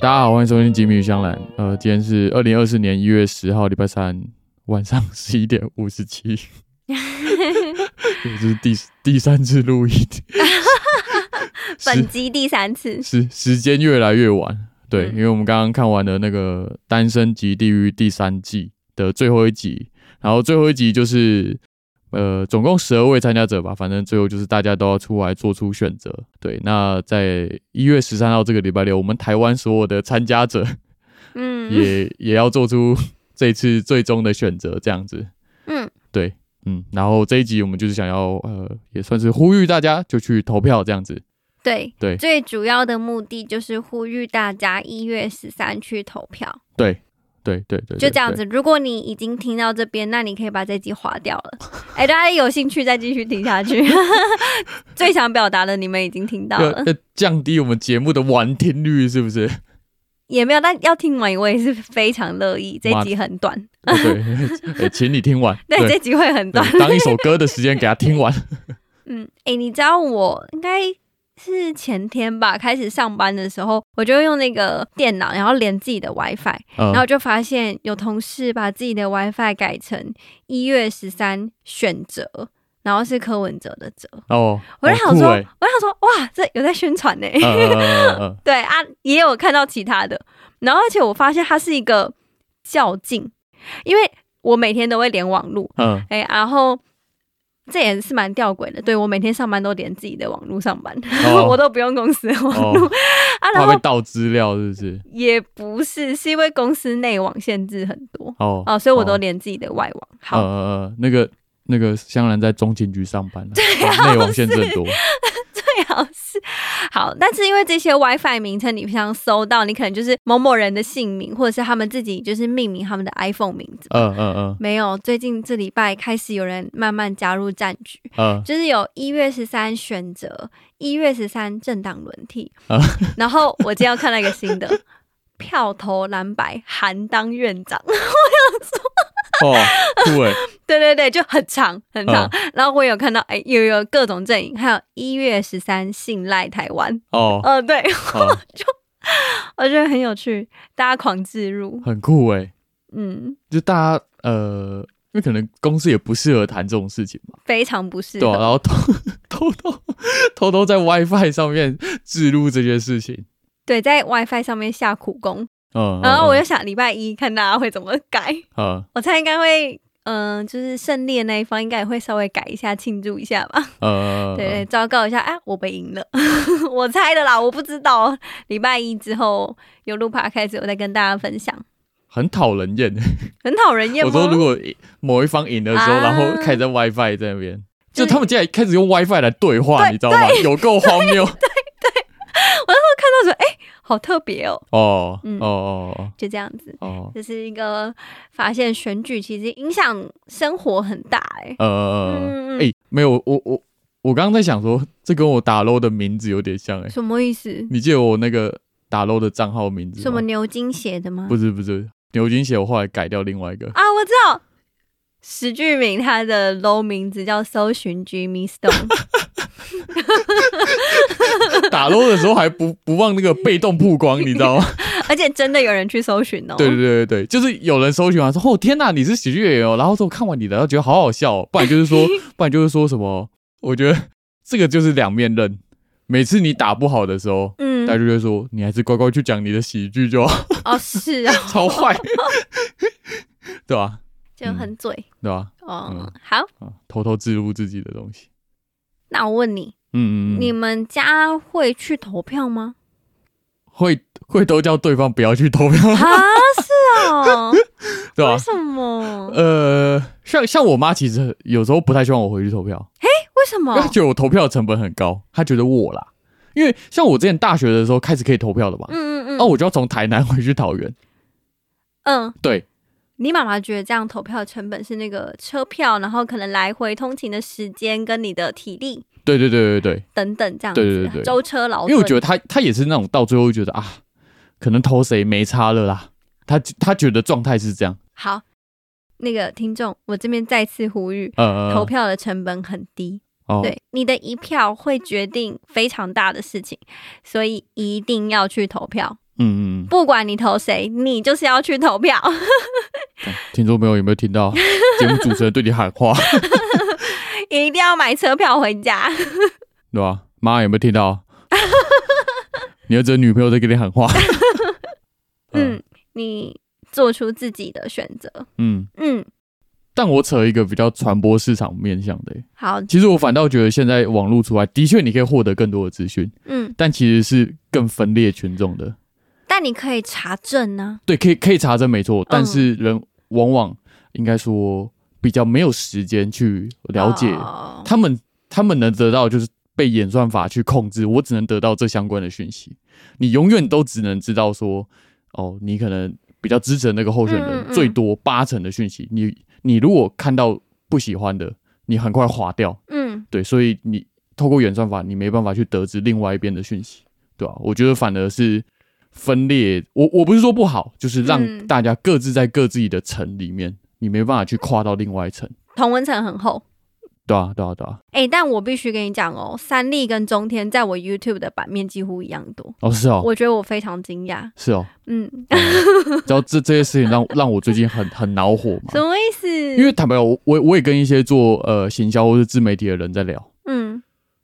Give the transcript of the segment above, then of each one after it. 大家好，欢迎收听《吉米与香兰》。呃，今天是二零二四年一月十号，礼拜三晚上十一点五十 七。这是第第三次录 音，本集第三次，时时间越来越晚。对，嗯因为我们刚刚看完了那个《单身即地狱》第三季的最后一集，然后最后一集就是呃，总共十二位参加者吧，反正最后就是大家都要出来做出选择。对，那在一月十三号这个礼拜六，我们台湾所有的参加者嗯也也要做出这次最终的选择，这样子。嗯，对，嗯，然后这一集我们就是想要呃，也算是呼吁大家就去投票这样子。对对最主要的目的就是呼吁大家一月十三去投票，对，对对对，就对这样。子。如果你已经听到这边，那你可以把这集划掉了。 哎、大家有兴趣再继续听 下去。最想表达的你们已经听到对要了，要降低我们节目的完听率，是不是？也没有，但要听完我也是非常乐意。这妈集很短，对，哎请你听完。对，这集会很短。对当一首歌的时间给他听完。嗯，哎、你知道我应该是前天吧，开始上班的时候，我就用那个电脑，然后连自己的 WiFi，嗯然后就发现有同事把自己的 WiFi 改成一月十三选择，然后是柯文哲的哲，哦，我就好想酷说，欸我就想说，哇，这有在宣传 呢、嗯嗯嗯嗯嗯 对啊，也有看到其他的，然后而且我发现它是一个较劲，因为我每天都会连网路，嗯嗯，哎、然后这也是蛮吊诡的，对我每天上班都连自己的网路上班，哦 我都不用公司的 网路、哦啊，然怕被后盗资料是不是？也不是，是因为公司内网限制很多。 哦，哦，所以我都哦连自己的外网。呃好，呃，呃那个那个香兰在中情局上班啊，对，内网限制很多。最好啊是好，但是因为这些 WiFi 名称，你平常搜到，你可能就是某某人的姓名，或者是他们自己就是命名他们的 iPhone 名字。嗯嗯没有，最近这礼拜开始有人慢慢加入战局，嗯嗯就是有一月十三选择，一月十三政党轮替。啊然后我今天又看到一个新的， 票投蓝白，韩当院长。哦，酷哎，对对对，就很长很长。嗯 然后我有看到，哎，又有各种阵营，还有一月十三信赖台湾。哦，呃，对， 哦我觉得很有趣，大家狂自入。很酷哎，嗯，就大家呃，因为可能公司也不适合谈这种事情嘛，非常不适对啊，合。然后偷偷偷偷偷在 WiFi 上面置入这些事情，对，在 WiFi 上面下苦功。嗯，然后我就想，礼拜一看大家会怎么改。嗯我猜应该会，嗯、就是胜利的那一方应该也会稍微改一下，庆祝一下吧。呃，对对，昭告一下，哎、我被赢了， 我猜的啦，我不知道。礼拜一之后有录 p 开始，我再跟大家分享，很讨人厌。很讨人厌我吗？说如果某一方赢的时候，啊然后开始在 WiFi 在那边。就就是他们竟然开始用 WiFi 来对话，对你知道吗？有够荒 谬看到说，哎、好特别哦，哦！哦嗯哦就这样子。哦哦，这是一个发现选举其实影响生活很大哎、欸，呃，嗯，嗯哎，没有，我我我刚刚在想说，这跟我打 LO 的名字有点像哎。什么意思？你记得我那个打 LO 的账号名字吗？什么牛津写的吗不？是不是，牛津鞋我后来改掉另外一个。 啊，我知道，石俊明他的 low 名字叫搜寻 Jimmy Stone，打 LO 的时候还不不忘那个被动曝光，你知道吗？而且真的有人去搜寻哦。对对对对对，就是有人搜寻完说：“哦天哪，你是喜剧演员哦！”然后说看完你的，然后觉得好好笑、哦。不然就是 说，不然就是说什么？我觉得这个就是两面刃。每次你打不好的时候，嗯大，家就会说：“你还是乖乖去讲你的喜剧就好。 哦是啊，”超坏， 对吧、就很嘴、对吧、哦嗯。好，啊，偷偷植入自己的东西。那我问你，嗯嗯嗯，你们家会去投票 吗？会会都叫对方不要去投票， 啊，是哦，对吧、为什么？呃，像像我妈其实有时候不太希望我回去投票，为什因么为她？觉得我投票的成本很高，她觉得我啦，因为像我之前大学的时候开始可以投票了嘛，嗯嗯嗯，哦，我就要从台南回去桃园，嗯，对，你妈妈觉得这样投票的成本是那个车票，然后可能来回通勤的时间跟你的体力对对对对对，等等这样子，对对对对舟车劳因顿。为我觉得她她也是那种到最后就觉得啊，可能投谁没差了啦，她她觉得状态是这样，好，那个听众，我这边再次呼吁，呃，投票的成本很低，哦，对你的一票会决定非常大的事情，所以一定要去投票。嗯嗯，不管你投谁，你就是要去投票。 嗯听众朋友有没有听到节目主持人对你喊话，一定要买车票回家。对吧？妈有没有听 到？你儿子的女朋友在跟你喊话。嗯，你做出自己的选择。嗯，嗯，但我扯一个比较传播市场面向的欸、好，其实我反倒觉得现在网络出来，的确你可以获得更多的资讯，嗯，但其实是更分裂群众的。但你可以查证呢、对，可以可以查证没错，但嗯是人往往应该说比较没有时间去了解哦他们他们能得到就是被演算法去控制，我只能得到这相关的讯息。你永远都只能知道说，哦，你可能比较支持的那个候选嗯嗯嗯人最多八成的讯息，你你如果看到不喜欢的，你很快划掉。嗯，对，所以你透过演算法，你没办法去得知另外一边的讯息，对吧、我觉得反而是分裂，我我不是说不好，就是嗯让大家各自在各自己的层里面，你没办法去跨到另外一层，同温层很厚。对啊，对啊，对啊。哎、但我必须跟你讲哦，三立跟中天在我 YouTube 的版面几乎一样多，哦，是哦，我觉得我非常惊讶。是哦。嗯，嗯然后这这些事情让让我最近很很恼火嘛什，么意思？因为坦白讲，哦我我我也跟一些做呃行销或是自媒体的人在聊，嗯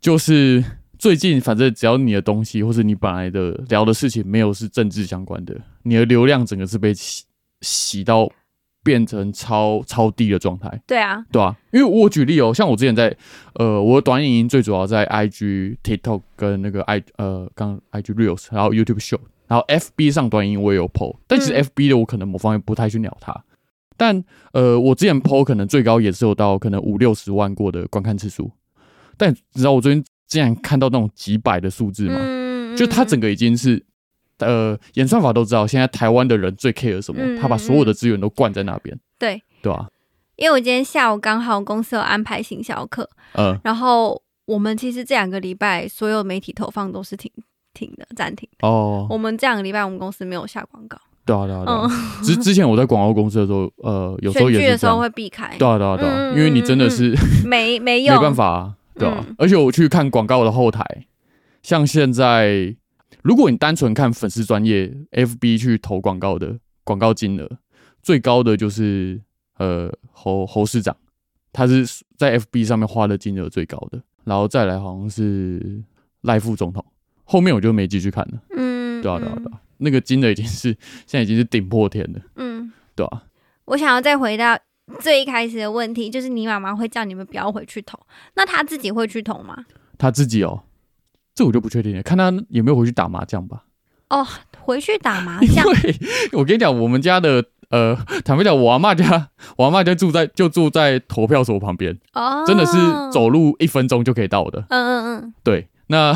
就是最近反正只要你的东西或是你本来的聊的事情没有是政治相关的，你的流量整个是被洗洗到变成超超低的状态，对啊，对啊，因为我举例哦，像我之前在呃我的短影音最主要在 IG、TikTok 跟那个 I 呃刚 IG Reels，然后 YouTube Show，然后 FB 上短音我也有 PO，但其实嗯 FB 的我可能某方面不太去鸟它。但呃，我之前 PO 可能最高也是有到可能五六十万过的观看次数，但你知道我最近竟然看到那种几百的数字吗？嗯就它整个已经是呃演算法都知道，现在台湾的人最 care 什么，嗯他把所有的资源都灌在那边，对，对吧、因为我今天下午刚好公司有安排行销课，呃，然后我们其实这两个礼拜所有媒体投放都是停停的暂停。哦，我们这两个礼拜我们公司没有下广告，对啊，对啊，对啊嗯。 之之前我在广告公司的时候，呃，有时选候也剧的是时这候样。会避开，对啊，对啊，对啊，嗯因为你真的是没没没用，办，法、啊，对啊。嗯而且我去看广告的后台，像现在，如果你单纯看粉丝专业 FB 去投广告的广告金额，最高的就是呃侯侯市长，他是在 FB 上面花的金额最高的，然后再来好像是赖副总统，后面我就没继续看了。嗯，对啊，对啊，对啊，那个金额已经是现在已经是顶破天了，嗯，嗯对啊。我想要再回到最一开始的问题，就是你妈妈会叫你们不要回去投，那她自己会去投吗？他自己哦，这我就不确定了，看他有没有回去打麻将吧。回去打麻因将，为我跟你讲，我们家的呃，坦白讲，我阿妈家，我阿妈家住在就住在投票所旁边，哦，真的是，走路一分钟就可以到的。嗯嗯对，那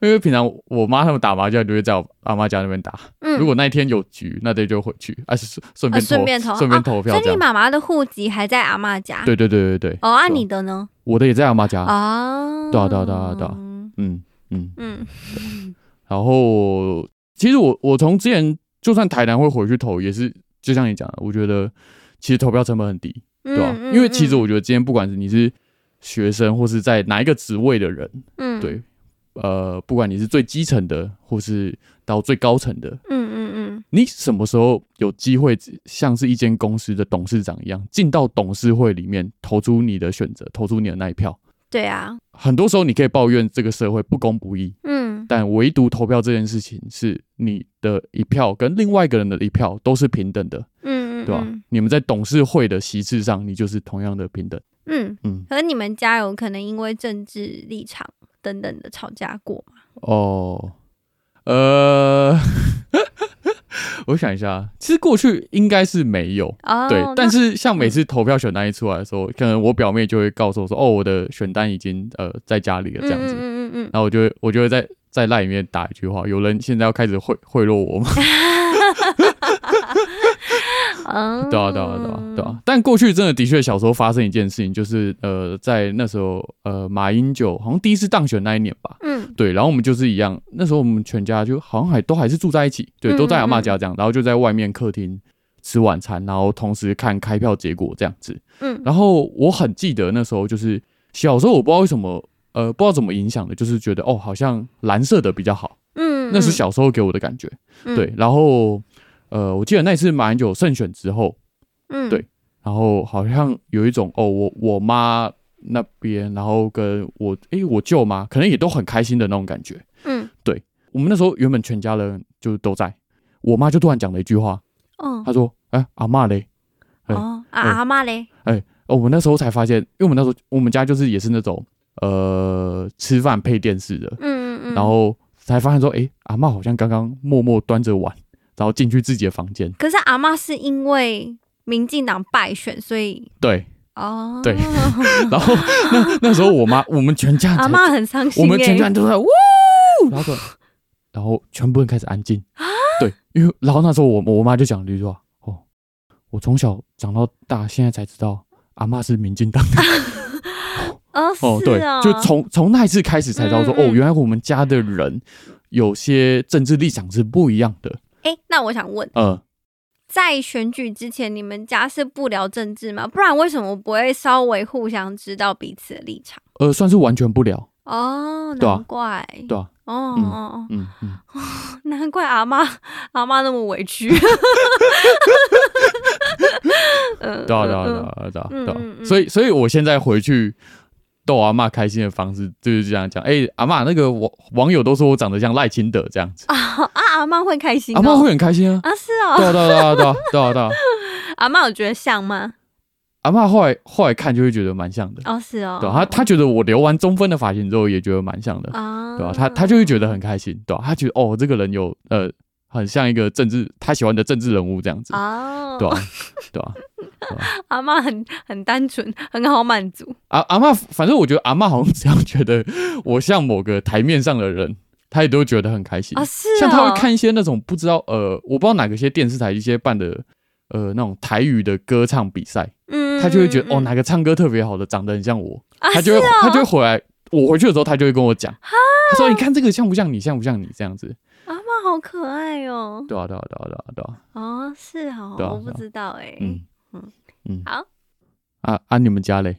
因为平常我妈他们打麻将就会在我阿妈家那边打，嗯嗯，如果那一天有局，那天就回去，而且顺啊便顺便投，顺便投票啊所这以样。你妈妈的户籍还在阿嬷家，，对对对对对，哦，啊，对啊你的呢？我的也在阿妈家，哦，对啊对啊对啊对啊嗯嗯。嗯然后其实我我从之前就算台南会回去投，也是就像你讲的，我觉得其实投票成本很低，对吧、嗯，因为其实嗯我觉得今天不管是你是学生或是在哪一个职位的人，嗯，对，呃，不管你是最基层的或是到最高层的，嗯嗯嗯你什么时候有机会像是一间公司的董事长一样，进到董事会里面投出你的选择，投出你的那一票？对啊，很多时候你可以抱怨这个社会不公不义，嗯但唯独投票这件事情是你的一票跟另外一个人的一票都是平等的，嗯嗯，对吧、啊嗯你们在董事会的席次上，你就是同样的平等。嗯，嗯，可是你们家有可能因为政治立场等等的吵架过吗？哦，呃， 我想一下，啊其实过去应该是没有。哦，对那，但是像每次投票选单一出来的时候，可能我表妹就会告诉我说：“哦，我的选单已经呃在家里了，这样子。嗯嗯嗯嗯然后我就会我就会在在赖里面打一句话：“有人现在要开始贿贿赂我吗？”嗯，嗯对啊，对啊，对啊，对啊。但过去真的的确，小时候发生一件事情，就是呃，在那时候呃，马英九好像第一次当选那一年吧，嗯对。然后我们就是一样，那时候我们全家就好像还都还是住在一起，对，嗯都在阿嗯嬷嗯家这样，然后就在外面客厅吃晚餐，然后同时看开票结果这样子。嗯然后我很记得那时候就是小时候，我不知道为什么。呃，不知道怎么影响的，就是觉得哦，好像蓝色的比较好，嗯嗯那是小时候给我的感觉。嗯对，然后呃，我记得那一次马英九胜选之后，嗯对然后好像有一种哦，我我妈那边，然后跟我诶我舅妈，可能也都很开心的那种感觉。嗯我们那时候原本全家人就都在，我妈就突然讲了一句话，哦她说：“哎、阿嬷嘞。”哎哦啊哎阿妈嘞，哦，我那时候才发现，因为我们那时候我们家就是也是那种呃吃饭配电视的，嗯嗯嗯，然后才发现说，诶，阿嬷好像刚刚默默端着碗，然后进去自己的房间。可是阿妈是因为民进党败选，所以对，哦对然后那那时候我妈，我们全家 阿才妈很伤心、欸， 我们全家人都在呜，然后说，然后全部人开始安静。对，因为然后那时候我我妈就讲了一句话，哦，我从小长到大，现在才知道阿嬷是民啊进党的。哦哦，是对哦，，就从从那一次开始才知道说，嗯嗯哦，原来我们家的人有些政治立场是不一样的。哎、那我想问，呃，在选举之前，你们家是不聊政治吗？不然为什么不会稍微互相知道彼此的立场？呃，算是完全不聊，哦，对啊难怪，对啊，哦哦嗯哦， 嗯嗯，难怪阿妈阿妈那么委 屈。嗯，对啊，对啊，对，嗯啊，对啊，对嗯嗯啊。嗯所以，所以我现在回去逗阿嬷开心的方式就是这样讲，哎，阿嬷，那个网网友都说我长得像赖清德这样子，嗯啊，阿妈会开心、哦，阿嬷会很开心啊。啊，是对哦，啊，对啊，对啊，对啊，对啊，对啊。阿妈有觉得像吗？阿嬷后来后来看就会觉得蛮像的，哦，是哦，对啊，她她觉得我留完中分的发型之后也觉得蛮像的。啊，对吧、他他就会觉得很开心，对吧、他觉得哦，这个人有呃，很像一个政治他喜欢的政治人物这样子，哦，对吧、啊对吧、阿妈很很单纯，很好满足。啊？阿阿妈，反正我觉得阿妈好像只要觉得我像某个台面上的人，她也都觉得很开心。啊，是、哦、嗯像她会看一些那种不知道呃，我不知道哪个些电视台一些办的呃那种台语的歌唱比赛，嗯，嗯，她就会觉得、嗯哦，，哪个唱歌特别好的，长得很像我，啊她就会、是哦她就会回来。我回去的时候，她就会跟我讲，她说：“你看这个像不像你，像不像你这样子？”阿妈好可爱哦。对啊，对啊，对啊，对啊，对啊。哦，是哦，对啊我不对啊知道哎、嗯嗯嗯，好啊啊！你们家嘞？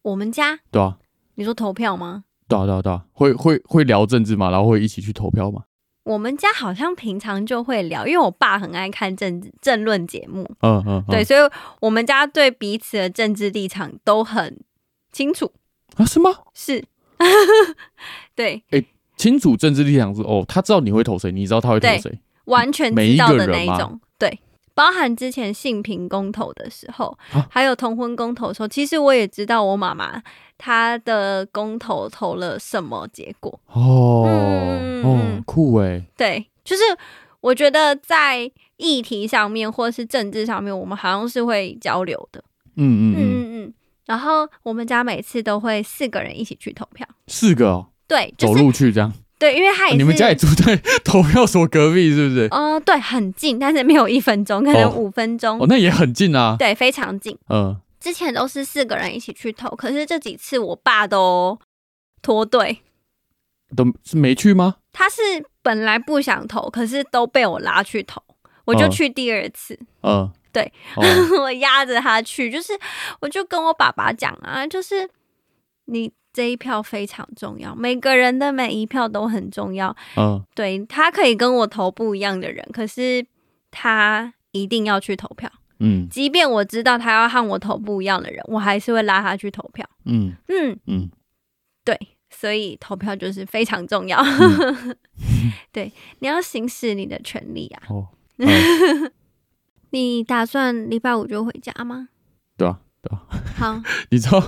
我们家，对啊，你说投票吗？对啊，对啊，对啊，会会会聊政治嘛，然后会一起去投票嘛？我们家好像平常就会聊，因为我爸很爱看政治政论节目，嗯嗯，嗯对，所以我们家对彼此的政治立场都很清楚，啊，是吗？是， 对，清楚政治立场是哦，他知道你会投谁，你知道他会投谁，完全每知一道个的那人一吗种，对，包含之前性平公投的时候，啊还有同婚公投的时候，其实我也知道我妈妈她的公投投了什么结果，哦嗯嗯嗯哦，酷哎，对，就是我觉得在议题上面或是政治上面，我们好像是会交流的，嗯嗯嗯嗯，嗯嗯，然后我们家每次都会四个人一起去投票，四个哦对，就走是路去这样，哦对，因为她也是、你们家也住在投票所隔壁是不是？呃，对，很近，但是没有一分钟，可能哦五分钟，哦，那也很近啊，对，非常近。嗯，之前都是四个人一起去投，可是这几次我爸都脱队，都是没去吗？他是本来不想投，可是都被我拉去投，我就嗯去第二次， 嗯，对哦，我压着他去，就是我就跟我爸爸讲啊，就是你这一票非常重要，每个人的每一票都很重要，嗯对他可以跟我投不一样的人，可是他一定要去投票，嗯即便我知道他要和我投不一样的人，我还是会拉他去投票，嗯嗯。嗯对，所以投票就是非常重要。嗯， 对，你要行使你的权利啊！哦，嗯你打算礼拜五就回家吗？对啊对啊，好你知道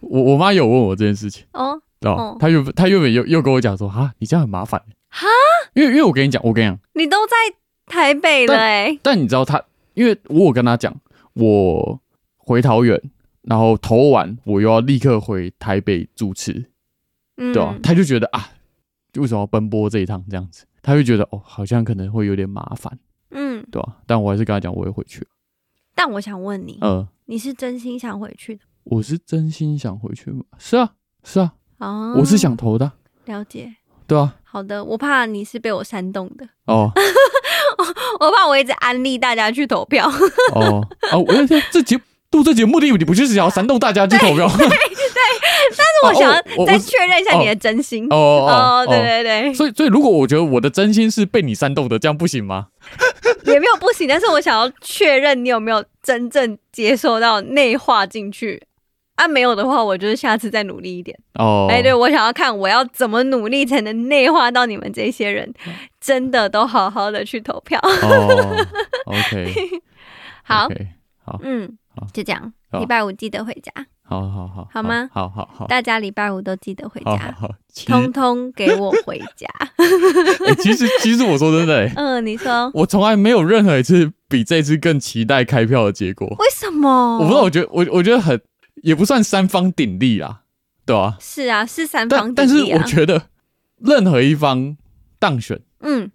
我我妈有问我这件事情。哦，对吧、哦他原本他原本又又跟我讲说，哈，你这样很麻烦。欸哈，因为因为我跟你讲，我跟你讲，你都在台北了哎、但你知道他，因为我有跟他讲，我回桃园，然后投完我又要立刻回台北主持，嗯，对吧、他就觉得啊，为什么要奔波这一趟这样子？他就觉得哦，好像可能会有点麻烦，嗯，对吧、但我还是跟他讲，我也回去。但我想问你，呃，你是真心想回去的？我是真心想回去吗？是啊，是啊，哦，我是想投的啊，了解。对啊，好的，我怕你是被我煽动的，哦我怕我一直安利大家去投票。 哦哦，我这这节录这节目的你不就是想要煽动大家去投票吗？我想哦我要我再是确认一下你的真心。哦哦哦，对对对，所以，所以如果我觉得我的真心是被你煽动的，这样不行吗？ 也没有不行，但是我想要确认你有没有真正接受到内化进去。啊，没有的话，我就是下次再努力一点。哦，哎、对我想要看我要怎么努力才能内化到你们这些人，真的都好好的去投 票。 哦，OK，好 o k 嗯好，就这样。好礼拜五记得回家，好好好，好吗好好好，大家礼拜五都记得回好好家，好。其通通给我回 家。哎其 实其实我说真的、哎，嗯，你说我从来没有任何一次比这次更期待开票的结果。为什么？我不知道，我觉得我我觉得很也不算三方鼎立啦，对吧、啊？是啊，是三但、方但是鼎立我啊。觉得任何一方当选嗯，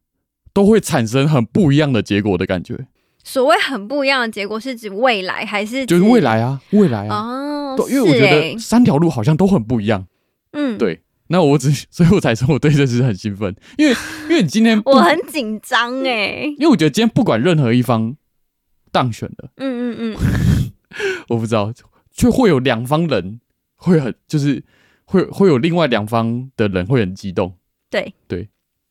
都会产生很不一样的结果的感觉，所谓很不一样的结果，是指未来还是就是指未来啊，未来啊，哦，对，因为是我觉欸得三条路好像都很不一样。嗯，对那我只 所以我才说我对这次很兴奋，因为因为你今天不我，很紧张哎，因为我觉得今天不管任何一方当选了，嗯嗯嗯，我不知道，却会有两方人会很就是会会有另外两方的人会很激动。对对，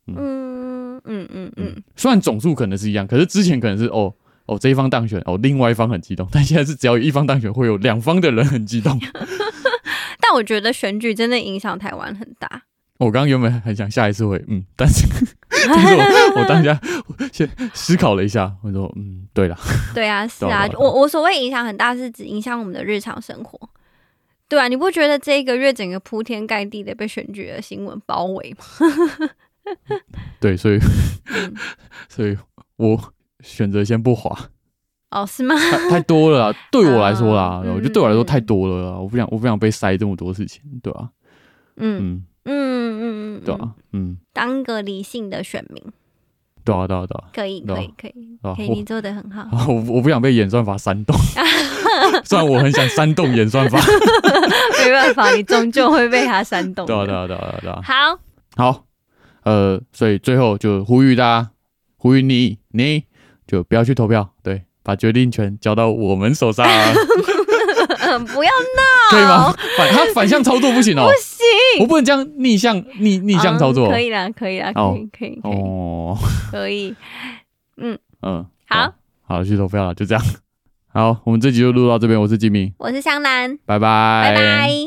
嗯嗯嗯嗯嗯，，虽然总数可能是一样，可是之前可能是哦哦这一方当选，哦另外一方很激动，但现在是只要有一方当选，会有两方的人很激动。但我觉得选举真的影响台湾很大，我刚刚原本很想下一次会嗯， 但是但是 我我当下我先思考了一下，我说嗯对了，对啊，是懂啊了，懂我我所谓影响很大，是指影响我们的日常生活。对啊，你不觉得这一个月整个铺天盖地的被选举的新闻包围吗？ 对，所以嗯 所以我选择先不滑，哦，是吗？太太多了 啦，对我来说啦，啊我嗯觉得对我来说嗯太多了啦，我不想我不想被塞这么多事情，对吧、嗯嗯，嗯嗯嗯，对嗯啊，嗯，当个理性的选民，对啊，对啊，对啊。可以对啊可以可以对啊可以，我你做的很好。 啊， 我我不想被演算法煽动，虽然我很想煽动演算 法。没办法，你终究会被他煽 动对啊，对的。啊，对啊，对啊对啊。好， 好，呃，所以最后就呼吁大家，呼吁你，你就不要去投票，对，把决定权交到我们手上，嗯，不要可以吗？反他反向操作不行哦，不行。我不能这样逆向逆逆向操作。嗯可以啦，可以啦，哦可以，可以，可以，哦，可以。嗯，好，好，去投票了，就这样。好，我们这集就录到这边，我是吉米，我是香兰，拜拜，拜拜。